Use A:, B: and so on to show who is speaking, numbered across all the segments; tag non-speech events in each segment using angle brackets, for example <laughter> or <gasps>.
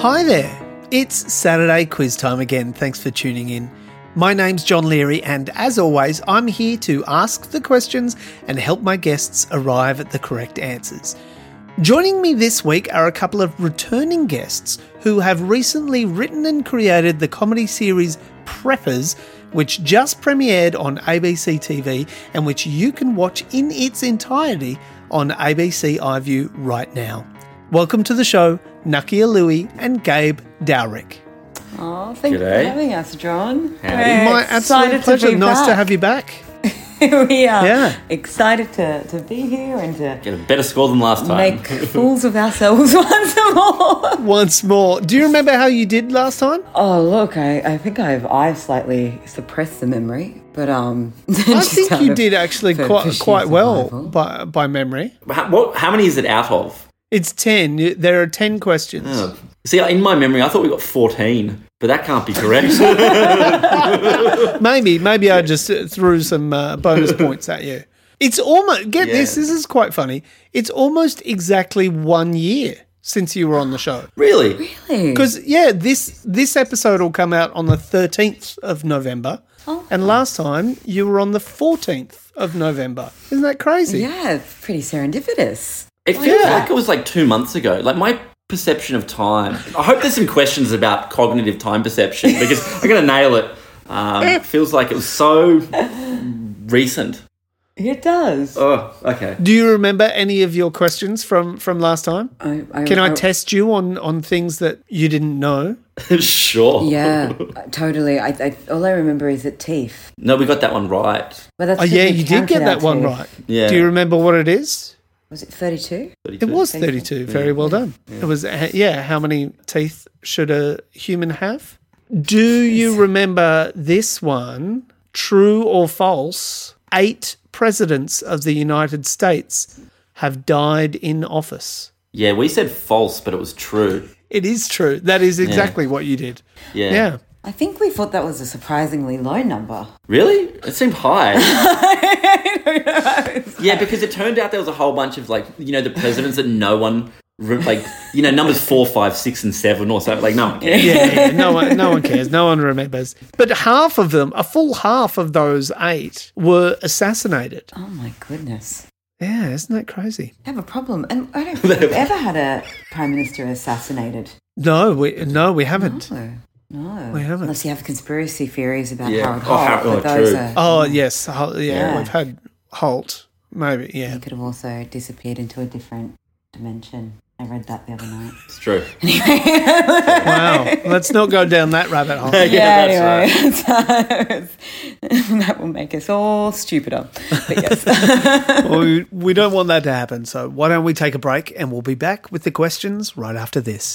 A: Hi there. It's Saturday quiz time again. Thanks for tuning in. My name's John Leary, and as always, I'm here to ask the questions and help my guests arrive at the correct answers. Joining me this week are a couple of returning guests who have recently written and created the comedy series Preppers, which just premiered on ABC TV and which you can watch in its entirety on ABC iView right now. Welcome to the show, Nakia Louie and Gabe Dowrick.
B: Oh, thank you for
C: G'day.
B: having us, John.
C: Howdy.
B: We're
A: My absolute
B: excited
A: pleasure.
B: To be
A: nice to
B: back.
A: have you back.
B: <laughs> we are
A: Yeah.
B: excited to, to be here and to
C: Get a better score than last time. <laughs>
B: make fools of ourselves <laughs> once more.
A: Once more. Do you remember how you did last time?
B: Oh, look, I, I think I've I slightly suppressed the memory, but um, <laughs>
A: I think you did actually
B: for- for
A: quite
B: sheer
A: quite well
B: survival.
A: by by memory.
C: how, what, how many is it out of?
A: It's ten. You- There are ten questions.
C: See, in my memory, I thought we got 14, but that can't be correct.
B: <laughs>
A: Maybe maybe I just uh, threw some uh, bonus points at you. It's almost get this.
C: Yeah.
A: This is quite funny. It's almost exactly one year since you were on the show.
C: really?
B: Because
A: Because yeah, this this episode will come out on the thirteenth of November, and last time you were on the fourteenth of November. Isn't that crazy?
B: yeah, it's pretty serendipitous.
C: It feels
A: Yeah.
C: like it was like two months ago. Like my perception of time. I hope there's some questions about cognitive time perception because I'm going to nail it. Um, it feels like it was so recent.
B: It does.
C: Oh, okay. <laughs>
A: Do you remember any of your questions from from last time?
B: Uh, I,
A: Can I test you on on things that you didn't know?
C: sure.
B: Yeah, totally. I, I all I remember is that teeth.
C: No, we got that one right.
B: But that's
A: Oh
B: 'cause
A: yeah,
B: we
A: you did
B: counted
A: get that
B: our
A: one
B: teeth.
A: right.
C: Yeah.
A: Do you remember what it is?
B: Was it thirty-two?
A: It was 32. Very well done. It was uh, yeah, how many teeth should a human have? Do you remember this one? True or false? Eight presidents of the United States have died in office.
C: Yeah, we said false, but it was true.
A: It is true. That is exactly what you did.
C: Yeah.
A: Yeah.
B: I think we thought that was a surprisingly low number.
C: Really? It seemed
B: <laughs>
C: high. yeah, because it turned out there was a whole bunch of like you know the presidents that no one re- like you know numbers four, five, six, and seven or something like no one cares.
A: yeah, yeah, no one, no one cares. No one remembers. But half of them, a full half of those eight, were assassinated.
B: Oh my goodness.
A: Yeah, isn't that crazy?
B: I have a problem. And I don't think
C: <laughs>
B: we've ever had a prime minister assassinated.
A: No, we no, we haven't.
B: No. No.
A: We haven't.
B: Unless you have conspiracy theories about
C: Yeah.
B: Harold
C: Oh,
B: Holt.
C: Har-
B: but
C: oh,
B: those
C: true.
B: Are,
A: Oh yes, Hol- yeah,
B: Yeah.
A: we've had Holt. Maybe yeah.
B: <laughs> He could have also disappeared into a different dimension. I read that the other
C: <laughs>
B: night.
C: It's true.
A: Wow, let's not go down that rabbit
B: <laughs>
A: hole.
C: that's right.
B: anyway. <laughs> that will make us all stupider. But
C: <laughs>
B: yes.
A: Well, we, we don't want that to happen. So why don't we take a break and we'll be back with the questions right after this.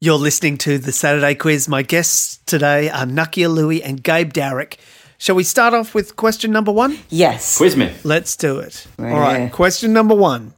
A: You're listening to the Saturday Quiz. My guests today are Nakia Louie and Gabe Dowrick. Shall we start off with question number one?
B: yes.
C: Quiz me.
A: Let's do it.
B: Right.
A: All right. Question number one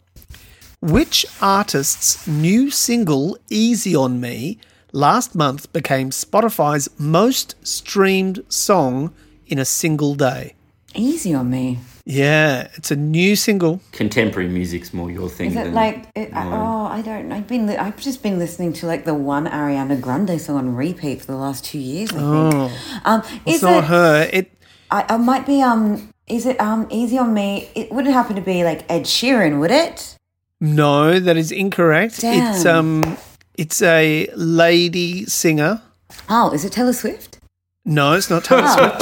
A: Which artist's new single, Easy on Me, last month became Spotify's most streamed song in a single day?
B: Easy on me.
A: Yeah, it's a new single.
C: Contemporary music's more your thing
B: Is it
C: than
B: like it, I oh I don't I've been li- I've just been listening to like the one Ariana Grande song on
A: Oh.
B: repeat for the last two years I think. Um,
A: It's
B: is
A: not
B: it?
A: her. It
B: I, I might be um Is it um easy on me? It wouldn't happen to be like Ed Sheeran, would it?
A: No, that is incorrect. It's
B: Damn.
A: um it's a lady singer.
B: Oh, is it Taylor Swift?
A: No, it's not
B: Oh.
A: Taylor Swift.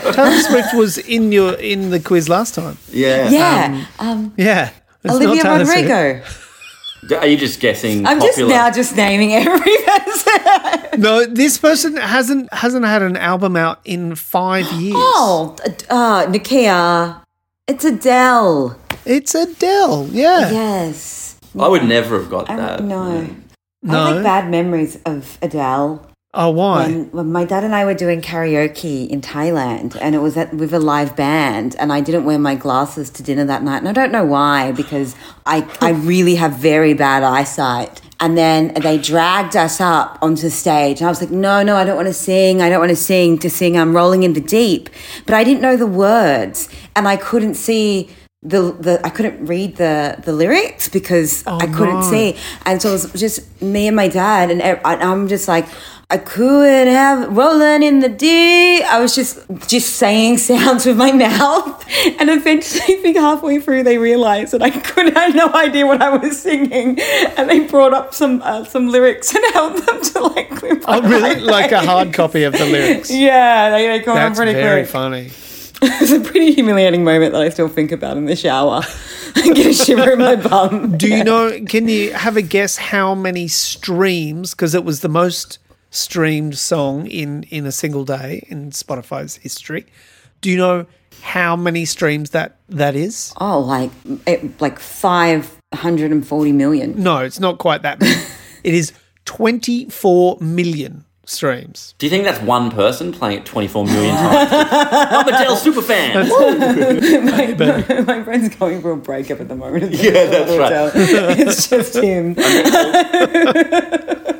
A: Taylor, Taylor Swift was in your in the quiz last time.
C: Yeah.
B: Yeah. Um,
A: Yeah. It's not
B: Olivia
A: Taylor Swift.
B: Rodrigo.
C: D- Are you just guessing?
B: I'm just
C: popular?
B: now just naming <laughs> every person.
A: No, this person hasn't hasn't had an album out in
B: <gasps>
A: five years.
B: Oh, uh, Nakia. It's Adele.
A: It's Adele. Yeah.
B: Yes.
C: I would never have got
B: I
C: that.
B: don't
C: Mm.
B: know. I
A: No.
B: have like Um, bad memories of Adele.
A: Oh, why?
B: When, when my dad and I were doing karaoke in Thailand, and it was at, with a live band, and I didn't wear my glasses to dinner that night, and I don't know why because I I really have very bad eyesight. And then they dragged us up onto stage, and I was like, "No, no, I don't want to sing. I don't want to sing. To sing, I'm rolling in the deep." But I didn't know the words, and I couldn't see the the I couldn't read the the lyrics because I couldn't
A: Oh, no.
B: see and so it was just me and my dad, and ev- and I'm just like, I couldn't have rolling in the deep. I was just just saying <laughs> sounds with my mouth, and eventually, I think halfway through, they realized that I couldn't. I had no idea what I was singing, and they brought up some uh, some lyrics <laughs> and helped them to like. <laughs> clear
A: Oh,
B: my
A: <laughs> really? Like a
B: face.
A: hard copy of the lyrics.
B: <laughs> Yeah, they, they come on
A: That's
B: pretty
A: very
B: quick.
A: funny.
B: <laughs> It's a pretty humiliating moment that I still think about in the shower. <laughs> I get a shiver in my bum.
A: Do you know? Can you have a guess how many streams? Because it was the most streamed song in in a single day in Spotify's history. Do you know how many streams that that is?
B: Oh, like it, like five hundred and forty million. <laughs>
A: No, it's not quite that. Many. it is twenty four million streams.
C: Do you think that's one person playing it 24 million
B: <laughs>
C: times? I'm a Dell superfan.
B: My, my friend's going for a breakup at the moment.
C: Yeah, that's right. <laughs>
B: it's just him.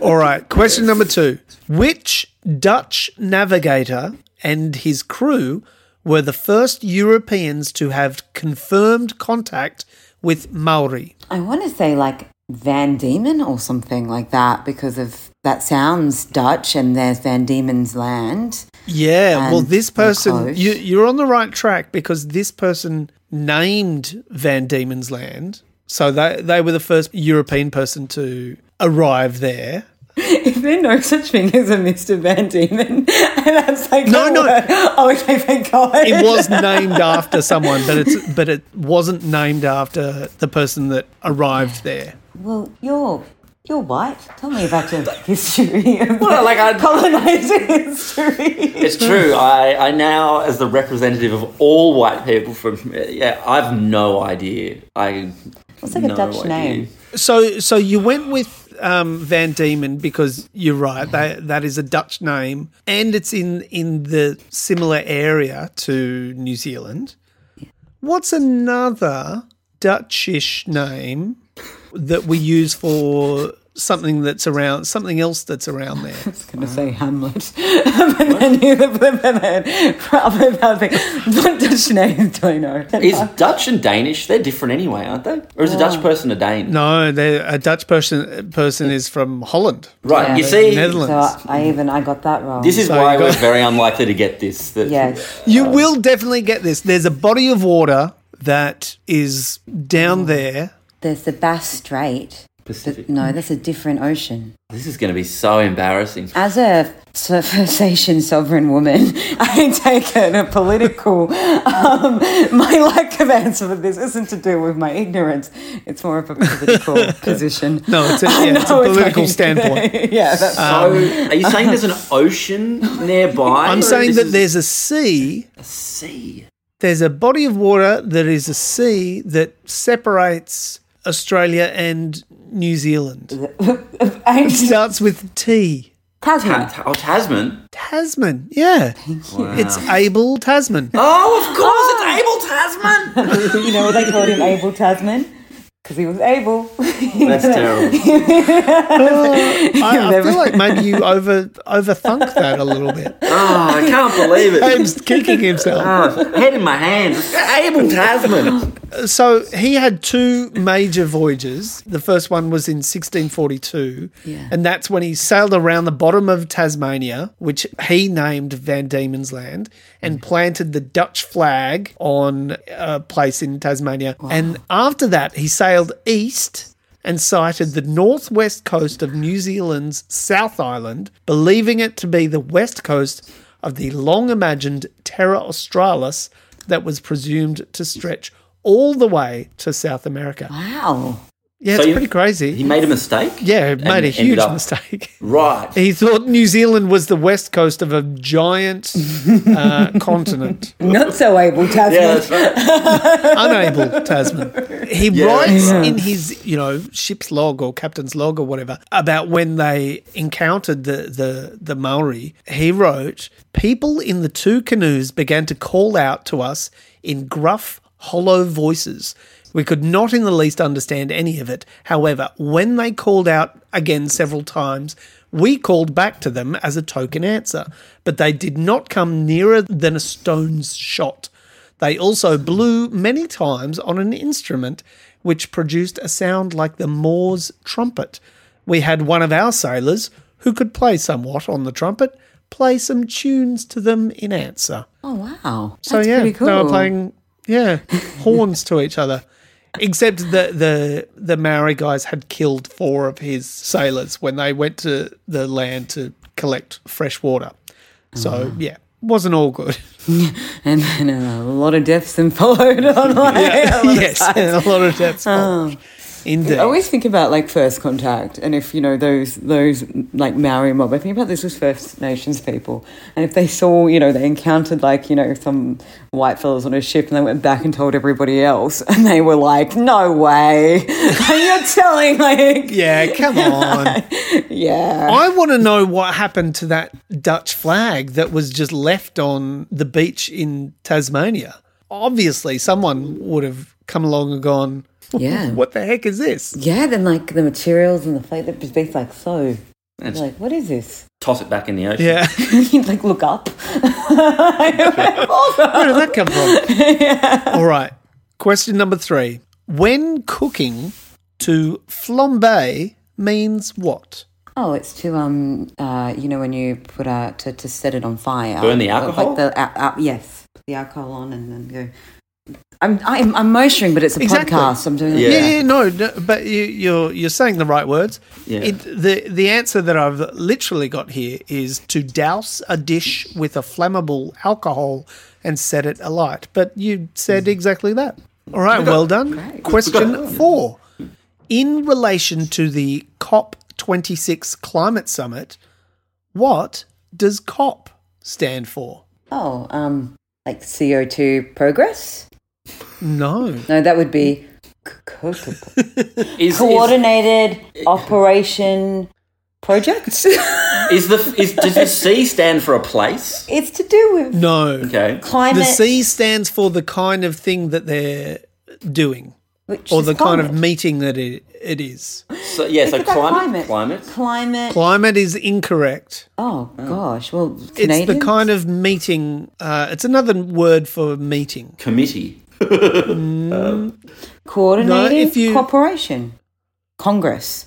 A: All right. Question number two: Which Dutch navigator and his crew were the first Europeans to have confirmed contact with Maori?
B: I want to say like Van Diemen or something like that because of that sounds Dutch and there's Van Diemen's land. <laughs>
A: Yeah, well,
B: and
A: this
B: we're
A: person,
B: close.
A: you, you're on the right track because this person named Van Diemen's Land. So they, they were the first European person to arrive there.
B: Is there no such thing as a Mister Van Diemen? <laughs> And that's like
A: No,
B: a
A: no.
B: word. <laughs> Oh, okay, thank God.
A: It was named after someone, but it's but it wasn't named after the person that arrived there.
B: Well, you're you're white. Tell me about your <laughs> history. Of
C: Well, like,
B: <laughs>
C: I'd-
B: colonizing history. <laughs>
C: It's true. I, I now, as the representative of all white people from, yeah, I've no idea. I
B: What's like a
C: no
B: Dutch
C: idea.
B: name?
A: So so you went with um, Van Diemen because you're right. That that is a Dutch name, and it's in in the similar area to New Zealand. What's another Dutchish name that we use for something that's around something else that's around there?
B: going to
A: Uh-huh.
B: say Hamlet, <laughs> but then you the flip and then probably that thing. What Dutch names do I know?
C: Is Dutch and Danish, they're different anyway, aren't they? Or is a Dutch person a Dane?
A: No, they're- a Dutch person person is from Holland.
C: Right,
B: Yeah.
C: you see,
A: Netherlands.
B: so I, I even I got that wrong.
C: this is
A: So
C: why
A: you got-
C: we're very unlikely to get this.
B: <laughs>
C: That,
B: yes.
A: You will definitely get this. There's a body of water that is down there.
B: There's the Bass Strait.
C: Pacific.
B: No, that's a different ocean.
C: This is going to be so embarrassing.
B: As a First Nation sovereign woman, <laughs> I take it a political. Um, my lack of answer for this isn't to do with my ignorance. It's more of
A: <laughs>
B: a political position.
A: No, it's a,
B: <laughs> I
A: yeah, it's a
B: know
A: political
B: like-
A: standpoint.
B: <laughs> yeah, that's
C: So, are you saying there's an
B: <laughs>
C: ocean nearby?
A: Um, I'm
C: Or
A: saying
C: this
A: that
C: is
A: there's a sea.
C: a sea.
A: There's a body of water that is a sea that separates Australia and New Zealand. It
B: I-
A: starts with T.
C: Ta-
B: Tasman.
C: ta- oh, Tasman.
A: Tasman. Yeah. It's Abel Tasman.
B: Ah. <laughs>
C: Oh, of course, it's Abel Tasman.
B: You know what they called him, Abel <laughs> Tasman? because he was able.
C: That's terrible.
B: <laughs>
A: I, I
B: Never-
A: feel like maybe you over overthunk that a little bit.
B: <laughs>
C: Oh, I can't believe it.
A: James kicking himself.
C: Oh, head in my hands. Abel Tasman.
A: So he had two major voyages. The first one was in 1642,
B: Yeah.
A: and that's when he sailed around the bottom of Tasmania, which he named Van Diemen's Land, and planted the Dutch flag on a place in Tasmania. And after that, he sailed east and sighted the northwest coast of New Zealand's South Island, believing it to be the west coast of the long imagined Terra Australis that was presumed to stretch all the way to South America.
B: wow.
A: Yeah, it's
C: So you-
A: pretty crazy.
C: He made a mistake?
A: yeah,
C: And
A: made a
C: ended
A: huge
C: up-
A: mistake. <laughs>
C: Right.
A: He thought New Zealand was the west coast of a giant uh, <laughs> continent.
B: Not so able, Tasman.
C: Yeah, that's right.
A: unable Tasman. He writes in his, you know, ship's log or captain's log or whatever about when they encountered the the the Maori. He wrote, "People in the two canoes began to call out to us in gruff, hollow voices." We could not in the least understand any of it. However, when they called out again several times, we called back to them as a token answer, but they did not come nearer than a stone's shot. They also blew many times on an instrument which produced a sound like the Moor's trumpet. We had one of our sailors, who could play somewhat on the trumpet, play some tunes to them in answer.
B: Oh wow.
A: So
B: That's
A: yeah,
B: pretty cool.
A: they were playing
B: <laughs>
A: yeah horns to each other. Except the the the Maori guys had killed four of his sailors when they went to the land to collect fresh water. So
B: Mm.
A: yeah, wasn't all good.
B: and then uh, a lot of deaths and <laughs> followed on. Like, a
C: <laughs>
B: lot of
A: yes, Oh. a lot of <laughs> deaths. followed. Indeed.
B: I always think about like first contact, and if you know those those like Maori mob. I think about this was First Nations people, and if they saw you know they encountered like you know some white fellas on a ship, and they went back and told everybody else, <laughs> and they were like, "No way, <laughs> you're telling like
A: yeah, <laughs> come on.
B: yeah."
A: I want to know what happened to that Dutch flag that was just left on the beach in Tasmania. Obviously, someone would have come along and gone,
B: Yeah.
A: What the heck is this?
B: Yeah, then like the materials and the plate that just be like so. Like, what is this? <laughs>
C: Toss it back in the ocean.
A: Yeah.
B: You'd like look up.
A: <laughs>
B: <laughs>
A: Where did that come <laughs> from? All right. Question number three. When cooking, to flambe means what?
B: Oh, it's to um, uh, you know, when you put a to, to set it on fire.
C: Burn the
B: Like
C: alcohol?
B: the a- a- yes, put the alcohol on and then go. I'm I'm, I'm motioning, but it's a
A: Exactly.
B: podcast. I'm doing.
C: Yeah.
A: Yeah, yeah, no, no but you, you're you're saying the right words.
C: Yeah.
A: It, the the answer that I've literally got here is to douse a dish with a flammable alcohol and set it alight. But you said
C: Mm.
A: exactly that. All right, well done. Question four. In relation to the COP 26 climate summit, what does COP stand for?
B: Oh, um, like CO two progress.
A: No.
B: No, that would
A: <laughs>
B: be c- co- co-
C: Is, is,
B: coordinated operation project.
C: is the is does the C stand for a place?
B: it's to do with
A: No.
B: <laughs>
C: Okay.
A: The
B: climate.
A: C stands for the kind of thing that they're doing.
B: which
A: or
B: is
A: the kind of
B: climate.
A: meeting that it, it is.
C: So yeah,
B: It's
C: so
B: about
C: climate, climate.
B: Climate.
A: Climate is incorrect.
B: oh gosh. Well,
A: It's
B: Canadians?
A: the kind of meeting. Uh, it's another word for meeting. <laughs>
C: Committee.
B: Coordinated
A: if you-
B: cooperation. Congress.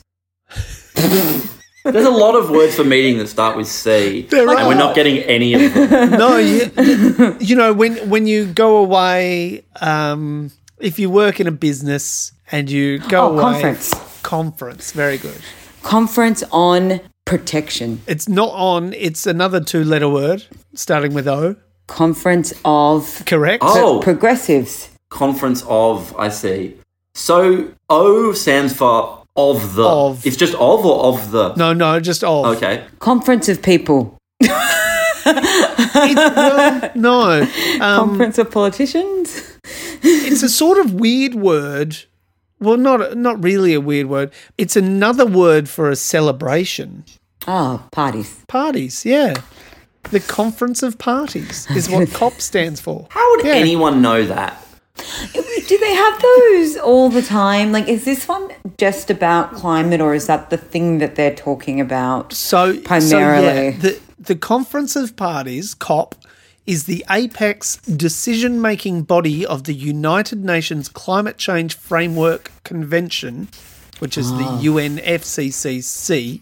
C: There's a lot of words for meeting that start with C, and
A: are.
C: we're not getting any
A: <laughs>
C: of them.
A: No, you, you know when when you go away, um, if you work in a business and you go
B: Oh,
A: away,
B: conference.
A: conference, very good.
B: Conference on protection.
A: It's not on. It's another two letter word starting with O.
B: Conference of
A: Correct.
C: Oh,
B: progressives.
C: conference of. I see. So O stands for of the.
A: Of.
C: It's just of or of the.
A: No, no, just O.
C: Okay.
B: Conference of people.
A: It's- well, no,
B: Conference of politicians.
A: it's a sort of weird word. Well, not not really a weird word. It's another word for a celebration.
B: Oh,
A: <laughs>
B: parties.
A: Parties, yeah. The conference of parties is what COP stands for.
C: How would
A: Yeah.
C: anyone know that?
B: Do they have those all the time? Like, is this one just about climate, or is that the thing that they're talking about?
A: So
B: Primarily.
A: so, yeah, the the Conference of Parties (COP) is the apex decision-making body of the United Nations Climate Change Framework Convention, which is the UNFCCC.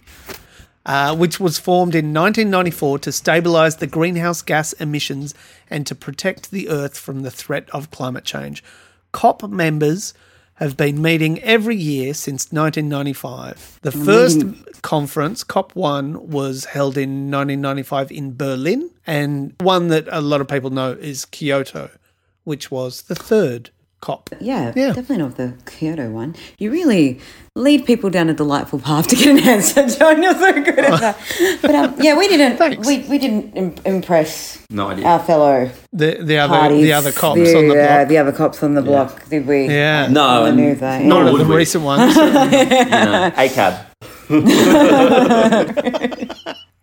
A: Uh, which was formed in 1994 to stabilize the greenhouse gas emissions and to protect the earth from the threat of climate change. COP members have been meeting every year since 1995. The first conference, COP1, was held in 1995 in Berlin, and one that a lot of people know is Kyoto, which was the third COP.
B: Yeah,
A: Yeah.
B: definitely not the Kyoto one. You really lead people down a delightful path to get an answer, <laughs> John. You're so good at that. But um, yeah, we didn't.
A: Thanks.
B: We, we didn't im- impress
C: No idea.
B: our fellow
A: The, the, other,
B: parties,
A: the other cops on the block.
B: uh, the other cops on the block. Did we?
A: yeah.
C: no,
B: I
C: and
B: knew that.
C: none
B: yeah.
A: One
C: would
A: of the
C: we?
A: recent
B: <laughs>
A: ones.
C: no. ACAB.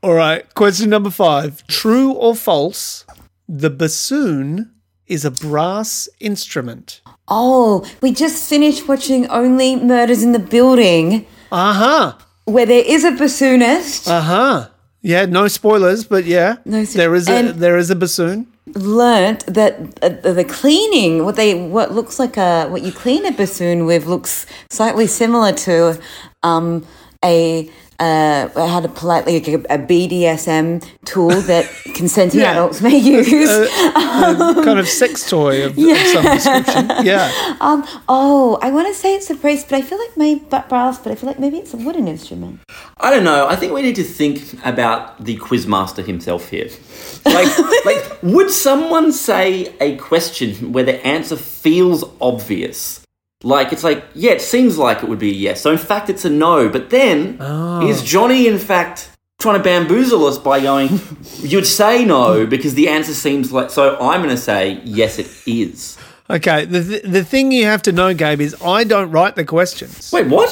A: All right. Question number five True or false? The bassoon is a brass instrument.
B: Oh, we just finished watching Only Murders in the Building,
A: Uh huh.
B: where there is a bassoonist
A: Uh huh. Yeah, no spoilers, but yeah,
B: No s-
A: there is a
B: and-
A: there is a bassoon.
B: learnt that uh, the cleaning what they what looks like a what you clean a bassoon with looks slightly similar to um, a uh, how to politely a BDSM tool
C: <laughs>
B: that consenting
A: Yeah.
B: adults may use.
C: Uh,
A: kind of sex toy
B: <laughs>
A: of, of some description. Yeah.
B: um, oh, I want to say it's a priest, but I feel like maybe brass, but I feel like maybe it's a wooden instrument.
C: I don't know. I think we need to think about the quizmaster himself here. <laughs> Like, like, would someone say a question where the answer feels obvious? Like, it's like, yeah, it seems like it would be a yes. So, in fact, it's a no. But then, is Johnny, in fact, trying to bamboozle us by going, <laughs> you'd say no because the answer seems like, so I'm going to say, yes, it is.
A: Okay. The, th- the thing you have to know, Gabe, is I don't write the questions.
C: Wait, what?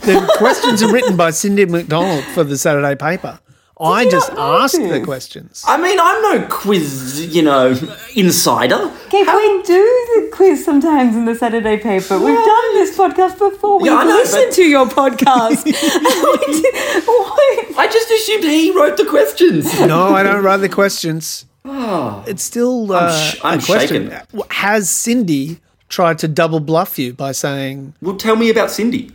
A: The questions are written by Cindy McDonald for the Saturday paper. I just ask the questions.
C: I mean, I'm no quiz, you know, insider.
B: Okay, we do the quiz sometimes in the Saturday paper. We've done this podcast before. We
C: Yeah, I know,
B: listened
C: but-
B: to your
C: <laughs>
B: podcast. <laughs> We did- why-
C: I just assumed he wrote the questions.
A: No, I don't write the questions. It's still uh,
C: sh- Oh. I'm
A: a question.
C: shaken.
A: Has Cindy tried to double bluff you by
C: <laughs>
A: saying
C: <laughs> Well, tell me about Cindy.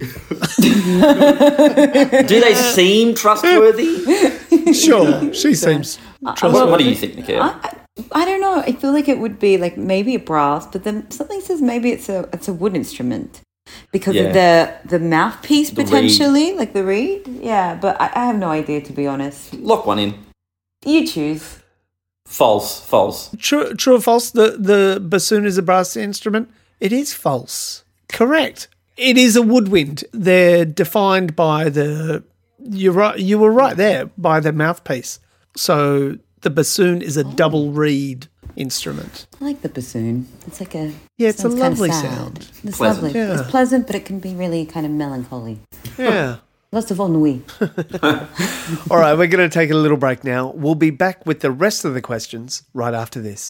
C: Do they seem trustworthy?
A: sure? She seems
C: Uh, what do
A: trustworthy.
C: you think, Nikhil?
B: I, I don't know. I feel like it would be like maybe a brass, but then something says maybe it's a it's a wood instrument because of the the mouthpiece
C: The reed.
B: potentially, like the reed. Yeah, but I, I have no idea to be honest.
C: Lock one in.
B: You choose.
C: False, false.
A: True, true or false? The the bassoon is a brass instrument. It is false. Correct. It is a woodwind. They're defined by the. You're right. You were right there by the mouthpiece. So the bassoon is a double reed instrument.
B: I like the bassoon. It's like a
A: Yeah, it's a
B: sounds kinda
A: lovely
B: sad.
A: sound.
B: It's
C: Pleasant.
B: lovely.
A: Yeah.
B: It's pleasant, but it can be really kind of melancholy.
A: Yeah.
B: Lots of ennui.
A: All right, we're going to take a little break now. We'll be back with the rest of the questions right after this.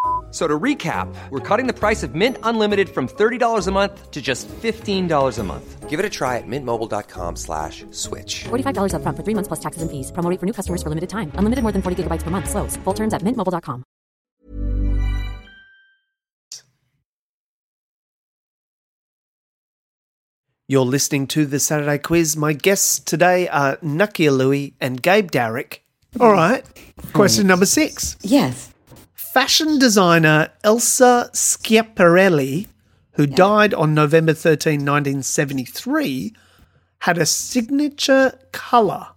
D: So to recap, we're cutting the price of Mint Unlimited from $30 a month to just $15 a month. Give it a try at mintmobile.com slash switch.
E: $45 upfront for three months plus taxes and fees. Promo rate for new customers for limited time. Unlimited more than 40 gigabytes per month. Slows. Full terms at mintmobile.com.
A: You're listening to the Saturday Quiz. My guests today are Nakia Louie and Gabe Darrick. All right, question number six.
B: Yes.
A: Fashion designer Elsa Schiaparelli, who died on November 13, 1973, had a signature color.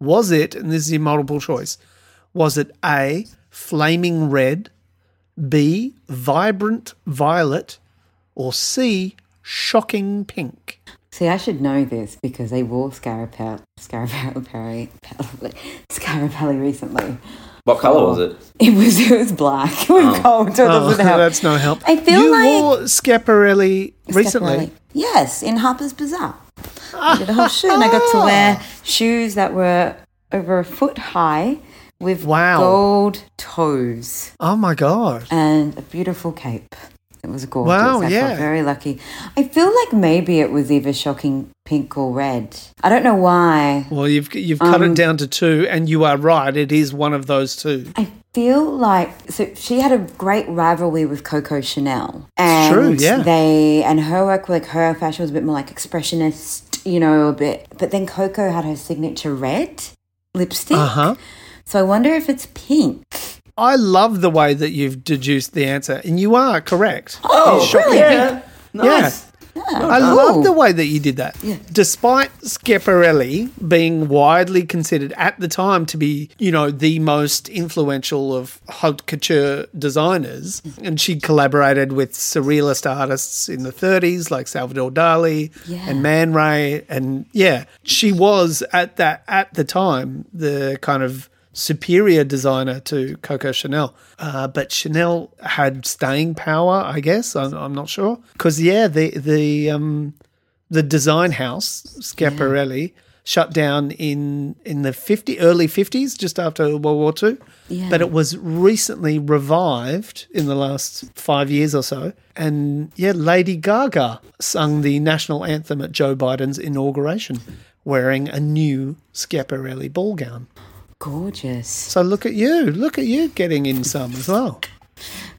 A: Was it, and this is your multiple choice, was it A, flaming red, B, vibrant violet, or C, shocking
B: <laughs>
A: pink?
B: See, I should know this because <laughs> they wore Scarapelli, Scarapelli, Scarapelli recently.
C: What color was it?
B: It was it was black. <laughs> It was cold, so it
A: Oh, <laughs>
B: doesn't help.
A: that's no help.
B: I feel
A: you
B: like-
A: wore Schiaparelli recently.
B: Schiaparelli. Yes, in Harper's Bazaar. I did a whole shoot, and I got to
A: Ah!
B: wear shoes that were over a foot high with
A: Wow.
B: gold toes
A: Oh my god!
B: and a beautiful cape. It was gorgeous.
A: Wow,
B: I
A: yeah.
B: felt very lucky. I feel like maybe it was either shocking pink or red. I don't know why.
A: Well, you've you've cut it down to two, and you are right. It is one of those two.
B: I feel like so she had a great rivalry with Coco Chanel, and
A: true, yeah.
B: they and her work like her fashion was a bit more like expressionist, you know, a bit. But then Coco had her signature red lipstick,
A: Uh huh.
B: so I wonder if it's pink.
A: I love the way that you've deduced the answer, and you are correct.
C: Oh,
B: really?
C: Yeah. Nice.
A: I
B: Oh.
A: love the way that you did that. Despite Schiaparelli being widely considered at the time to be, you know, the most influential of haute couture designers, and she collaborated with surrealist artists in the 30s like Salvador Dali and Man Ray and yeah, she was at that at the time the kind of superior designer to Coco Chanel. Uh, but Chanel had staying power, I guess. I'm, I'm not sure because yeah, the the um, the design house Schiaparelli shut down in in the 50 early 50s, just after World War Two.
B: Yeah.
A: But it was recently revived in the last five years or so. And yeah, Lady Gaga sung the national anthem at Joe Biden's inauguration wearing a new Schiaparelli ball gown.
B: Gorgeous.
A: So look at you, look at you getting in some as well.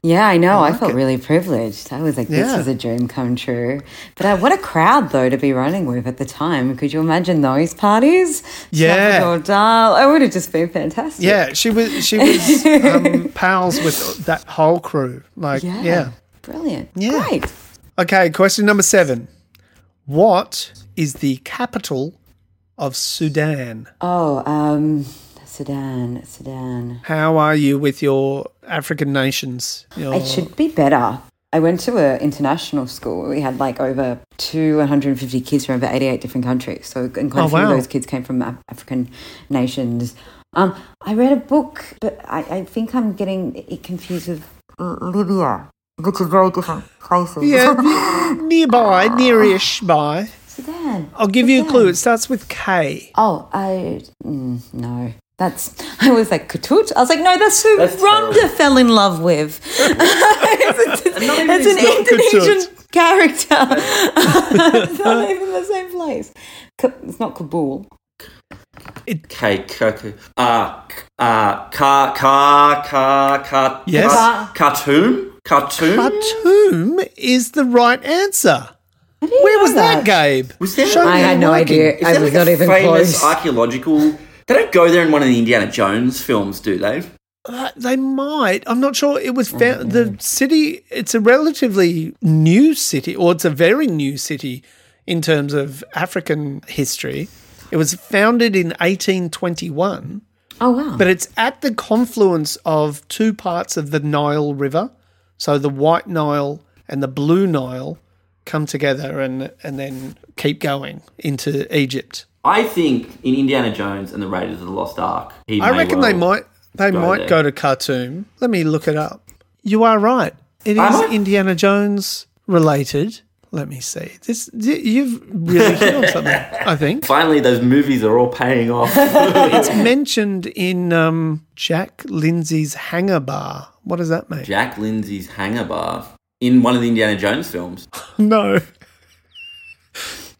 B: Yeah, I know. I,
A: like
B: felt
A: it.
B: really privileged. I was like, this
A: Yeah.
B: is a dream come true. But uh, what a crowd, though, to be running with at the time. Could you imagine those parties?
A: Yeah.
B: Salvador Dal- I Oh, would have just been fantastic.
A: Yeah, she was she was um, pals with that whole crew. Like
B: Yeah.
A: yeah.
B: Brilliant.
A: Yeah.
B: Great.
A: Okay, question number seven. What is the capital of Sudan?
B: Oh, um, Sudan, Sudan.
A: How are you with your African nations? Your-
B: It should be better. I went to an international school. We had like over 250 kids from over 88 different countries. So, and quite
A: Oh,
B: a few
A: wow.
B: of those kids came from Af- African nations. Um, I read a book, but I, I think I'm getting it confused with uh, Libya, which is very different places. <laughs>
A: yeah, nearby, nearish by.
B: Sudan.
A: I'll give you a
B: Sudan.
A: clue. It starts with K.
B: Oh, I mm, no. That's. <laughs> I was like Katut. I was like, no, that's who
C: That's
B: Rhonda <laughs>
C: terrible.
B: fell in love
A: <laughs>
B: with. it's it's an
A: it's not
B: Indonesian
A: <laughs>
B: character. it's <laughs> not even the same place. Ka- It's not Kabul.
C: K K ah ah ka ka ka ka
A: Yes.
C: ka- cartoon cartoon
A: Khartoum is the right answer.
B: I didn't
A: Where
B: know
A: was that, Gabe?
C: Was there-
A: Show
B: I
A: me
B: had
A: your
B: no
A: liking.
B: idea.
C: Is
B: I
C: that
B: was
C: like
B: not
C: a
B: even
C: famous
B: close.
C: archaeological? They don't go there in one of the Indiana Jones films, do they?
A: Uh, they might. I'm not sure. It was found, the city. It's a relatively new city, or it's a very new city in terms of African history. It was founded in 1821,
B: oh wow!
A: but it's at the confluence of two parts of the Nile River. So the White Nile and the Blue Nile come together and and then keep going into Egypt.
C: I think in Indiana Jones and the Raiders of the Lost Ark. He
A: I
C: may
A: reckon
C: well-
A: they might they
C: go
A: might
C: there.
A: go to Khartoum. Let me look it up. You are right. It
C: Am
A: is
C: I?
A: Indiana Jones related. Let me see. This you've really hit on something. I think
C: <laughs> Finally, those movies are all paying
B: <laughs>
C: off.
A: it's mentioned in um, Jack Lindsay's Hangar Bar. What does that mean?
C: Jack Lindsay's Hangar Bar in one of the Indiana Jones films.
A: No. <laughs>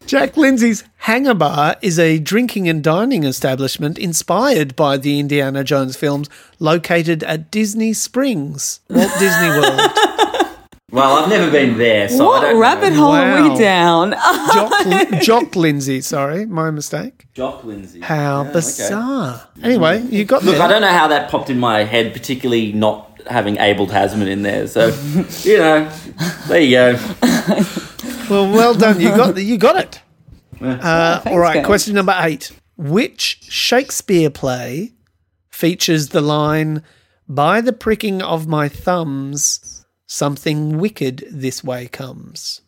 A: Jack Lindsay's Hangar Bar is a drinking and dining establishment inspired by the Indiana Jones films, located at Disney Springs, Walt Disney
C: <laughs>
A: World.
C: Well, I've never been there, so I
B: what
C: don't
B: rabbit
C: know.
B: hole are
A: Wow.
B: we down? <laughs>
A: Jock, Jock Lindsay, sorry, my mistake.
C: Jock Lindsay.
A: How
C: Yeah, okay.
A: bizarre. Anyway, you got
C: Look,
A: there.
C: I don't know how that popped in my head, particularly not having Abel Tasman in there.
B: <laughs>
C: So, you know, there you go.
A: Well, well done. You got the, you got
C: <laughs>
A: it. Uh, all right.
B: Gabe.
A: Question number eight. Which Shakespeare play features the line "By the pricking of my thumbs, something wicked this way comes"?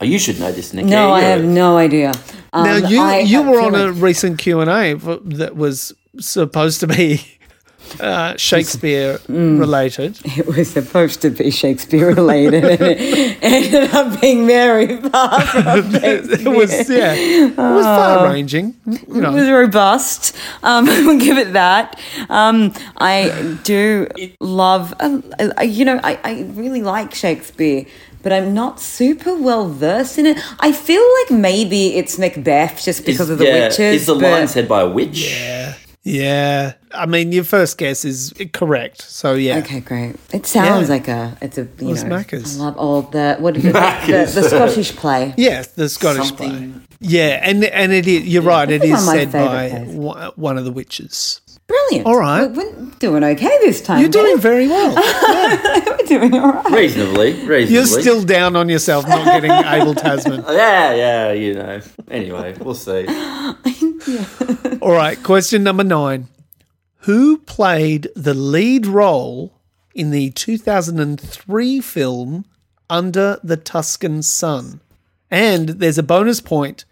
C: Oh, you should know this, Nikki.
B: no, I
C: You're-
B: have no idea. Um,
A: now you
B: I-
A: you
B: I
A: were on
B: feel
A: a
B: like-
A: recent Q and A that was supposed to be <laughs> uh,
C: <laughs>
A: Shakespeare
C: Mm.
A: related.
B: It was supposed to be Shakespeare related and it <laughs> ended up being very far from Shakespeare.
A: <laughs> It was yeah, it was far ranging. You
B: It
A: know,
B: Oh. was robust. Um, <laughs> we'll give it that. Um, I do love, um, I- I- you know, I, I really like Shakespeare, but I'm not super well versed in it. I feel like maybe it's Macbeth just because
C: is,
B: of the
C: yeah,
B: witches.
C: is the
B: but-
C: line said by a witch?
A: yeah. I mean, your first guess is correct. So yeah,
B: Okay, great. It sounds
A: Yeah.
B: like a it's a you
A: was
B: know
A: Macca's.
B: I love all the what is it,
C: Macca's.
B: the, the Scottish play.
A: yeah, the Scottish play.
C: Something-
A: Yeah, and and it is, you're right. It
B: Probably one
A: is
B: of my
A: said
B: favourite
A: by
B: plays.
A: one- one of the witches.
B: Brilliant.
A: All right.
B: We're, we're doing okay this time.
A: You're doing
B: guys.
A: very well.
B: <laughs> we're doing <laughs> all right.
C: Reasonably, reasonably.
A: You're still down on yourself not
B: <laughs>
A: getting Abel Tasman.
C: Yeah, yeah, you know. Anyway, we'll see.
A: All right, question number nine. Who played the lead role in the 2003 film Under the Tuscan Sun? And there's a bonus point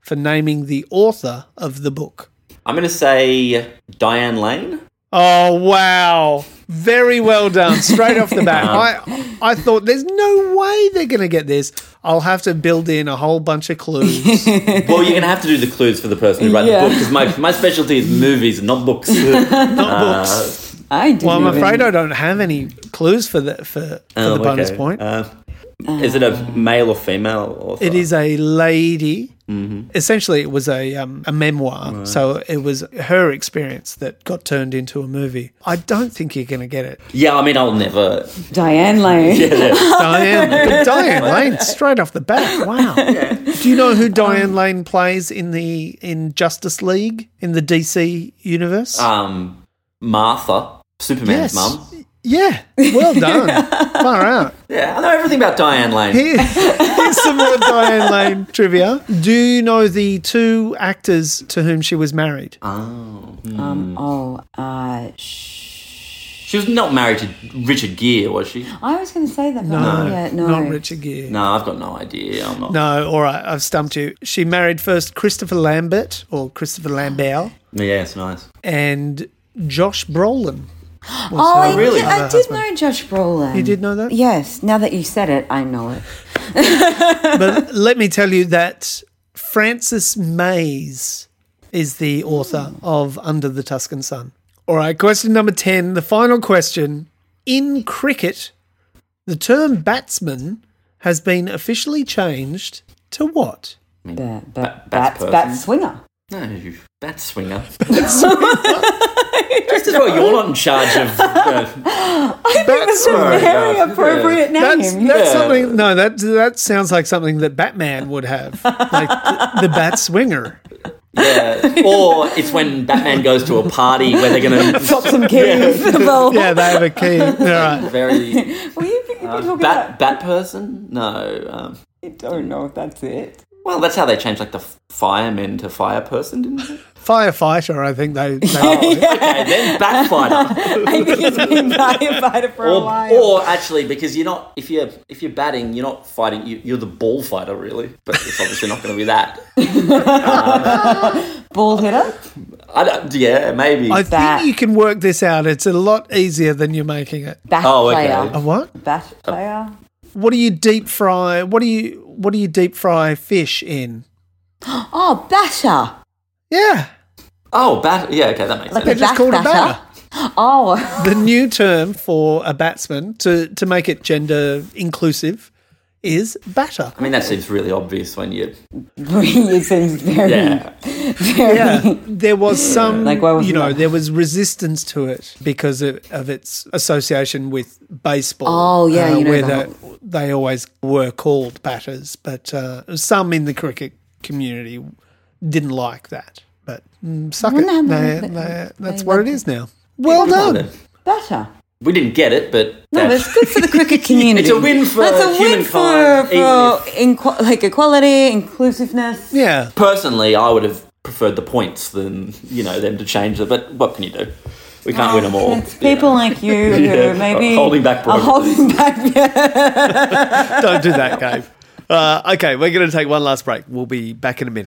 A: for naming the author of the book.
C: I'm going to say Diane Lane.
A: Oh, wow. Very well done. Straight off
C: <laughs>
A: the bat. I, I thought there's no way they're going to get this. I'll have to build in a whole bunch of
C: <laughs>
A: clues.
C: Well, you're going to have to do the clues for the person who wrote
B: Yeah.
C: the book because my, my specialty is movies, not books.
A: Not books.
C: Uh,
B: I didn't
A: Well, I'm
B: even-
A: afraid I don't have any clues for the for, for
C: Oh,
A: the bonus
C: okay.
A: point.
C: Uh, is it a male or female author?
A: It is a lady. Essentially, it was a um, a memoir, so it was her experience that got turned into a movie. I don't think you're going to get it,
C: Yeah, I mean, I'll never. <laughs>
B: Diane Lane.
A: Diane. Diane Lane, straight off the bat. Wow. Do you know who Diane Lane plays in the in Justice League in the DC universe?
C: Um, Martha, Superman's mum.
A: Yeah. Well done. Far out.
C: Yeah, I know everything about Diane Lane.
A: Here- here's some more Diane Lane trivia. Do you know the two actors to whom she was married?
C: Oh.
B: Um, oh, uh, sh-
C: She was not married to Richard Gere, was she?
B: I was going to say that. but not yet, no.
A: Not Richard Gere.
C: No, I've got no idea. I'm not.
A: No, all right, I've stumped you. She married first Christopher Lambert or Christopher Lambert
C: Yeah, it's nice.
A: and Josh Brolin. was
B: Oh,
A: her
B: I,
C: Really?
B: did, I
A: other
B: did
A: husband.
B: know Josh Brolin.
A: You did know that?
B: Yes. Now that you said it, I know it. <laughs>
A: But let me tell you that Francis Mays is the author
B: Hmm.
A: of Under the Tuscan Sun. All right, question number 10, the final question. In cricket, the term batsman has been officially changed to
B: <laughs>
A: what?
B: But, but
C: Bat- bats
B: bats,
C: person.
B: bats swinger.
C: No, you bat swinger. <laughs> Just as well, you're not in charge of. Uh,
A: Batsman.
B: Very appropriate name.
A: That's, that's
C: Yeah.
A: something. No, that that sounds like something that Batman would have, like the, the Bat Swinger.
C: yeah. Or it's when Batman goes to a party where
B: <laughs>
C: they're going to.
B: Pop some keys. Well,
A: <laughs> Yeah, they have a key. <laughs> All right.
B: <laughs>
C: Very.
B: Well, you think you
C: Uh,
B: talk
C: bat, bat person? No. Um,
B: I don't know if that's it. <laughs>
C: well, that's how they changed like the f- firemen to fire person, didn't
B: <laughs>
C: they?
A: firefighter. I think they. <laughs> they
C: Okay, then
B: <laughs>
C: bat fighter.
B: I think it's been firefighter for a
C: Or,
B: while.
C: or actually, because you're not if you're if you're batting, you're not fighting. You, you're the ball fighter, really. But it's obviously not going to be that.
B: Ball hitter.
C: I don't, yeah, maybe.
A: I think
B: Bat.
A: you can work this out. It's a lot easier than you're making it.
B: Bat
C: Oh, okay.
B: player.
A: A what?
B: Bat player.
A: What do you deep fry? What do you What do you deep fry fish in?
B: Oh, batter.
A: Yeah,
C: oh, bat. Yeah, okay, that makes
B: Like
A: they
B: a
C: sense.
A: just
B: bat
A: called it
B: batter. Oh, <laughs>
A: the new term for a batsman to to make it gender inclusive is batter.
C: I mean, that seems really obvious
B: <laughs>
C: when you.
B: it seems very,
C: Yeah.
B: very.
A: yeah, <laughs> there was some,
B: Like, why wasn't
A: you know,
B: that?
A: there was resistance to it because of, of its association with baseball. Uh,
B: Oh, yeah, you know
A: where
B: that.
A: the- they always were called batters, but uh, some in the cricket community didn't like that. But mm, suck
B: Well,
A: it,
B: no,
A: They-
B: but-
A: they- that's
B: they
A: what it
B: like
A: is now. Well done.
B: Batter.
C: We didn't get it, but
B: No,
C: that-
B: that's good for the
C: <laughs>
B: cricket community.
C: It's a win for
B: That's a win
C: humankind,
B: for,
C: even
B: for inqu- like equality, inclusiveness. <laughs>
A: Yeah.
C: personally, I would have preferred the points than you know them to change it. But what can you do? We can't
B: Ah,
C: win them all.
B: <laughs> It's people like you who
C: <laughs> Yeah.
B: maybe
C: Holding back
B: are holding back. <laughs>
A: Don't do that, Gabe. Uh, okay, we're going to take one last break. We'll be back in a minute.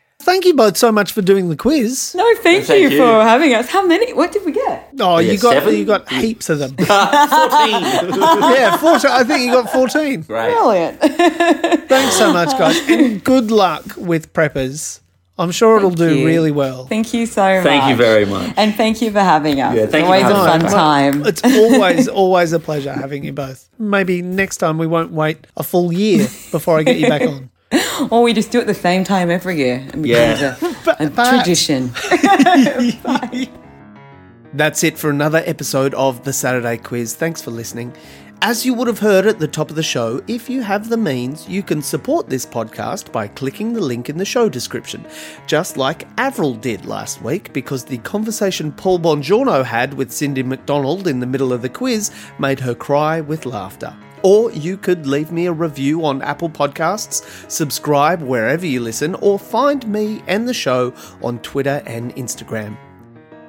A: thank you both so much for doing the quiz.
B: No, thank,
C: Thank
B: you,
C: you.
B: for having us. How many? What did we get?
A: Oh,
C: Yeah,
A: you got
C: seven?
A: you got heaps of them.
C: 14.
A: yeah, 14. I think you got 14.
C: Great.
B: Brilliant. <laughs>
A: Thanks so much, guys. And good luck with preppers. I'm sure it'll do
B: you.
A: really well.
B: thank you so much.
C: Thank you very much.
B: And thank you for having us.
C: Yeah,
B: it's
C: thank you
B: always
C: for
B: a fun
C: having us.
B: time.
A: It's always, always a pleasure having you both. Maybe next time we won't wait a full year before I get you back on.
B: Or we just do it the same time every year. It
C: Yeah.
B: becomes a, a
A: Perhaps.
B: tradition.
A: <laughs> That's it for another episode of the Saturday Quiz. Thanks for listening. As you would have heard at the top of the show, if you have the means, you can support this podcast by clicking the link in the show description, just like Avril did last week, because the conversation Paul Bongiorno had with Cindy McDonald in the middle of the quiz made her cry with laughter. Or you could leave me a review on Apple Podcasts, subscribe wherever you listen, or find me and the show on Twitter and Instagram.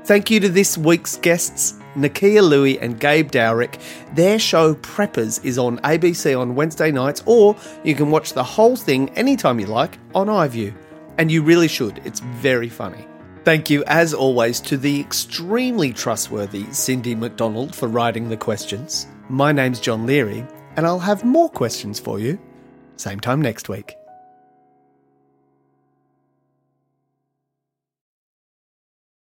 A: Thank you to this week's guests, Nakia Louie and Gabe Dowrick. Their show Preppers is on ABC on Wednesday nights, or you can watch the whole thing anytime you like on iView. And you really should, it's very funny. Thank you, as always, to the extremely trustworthy Cindy McDonald for writing the questions. My name's John Leary, and I'll have more questions for you same time next week.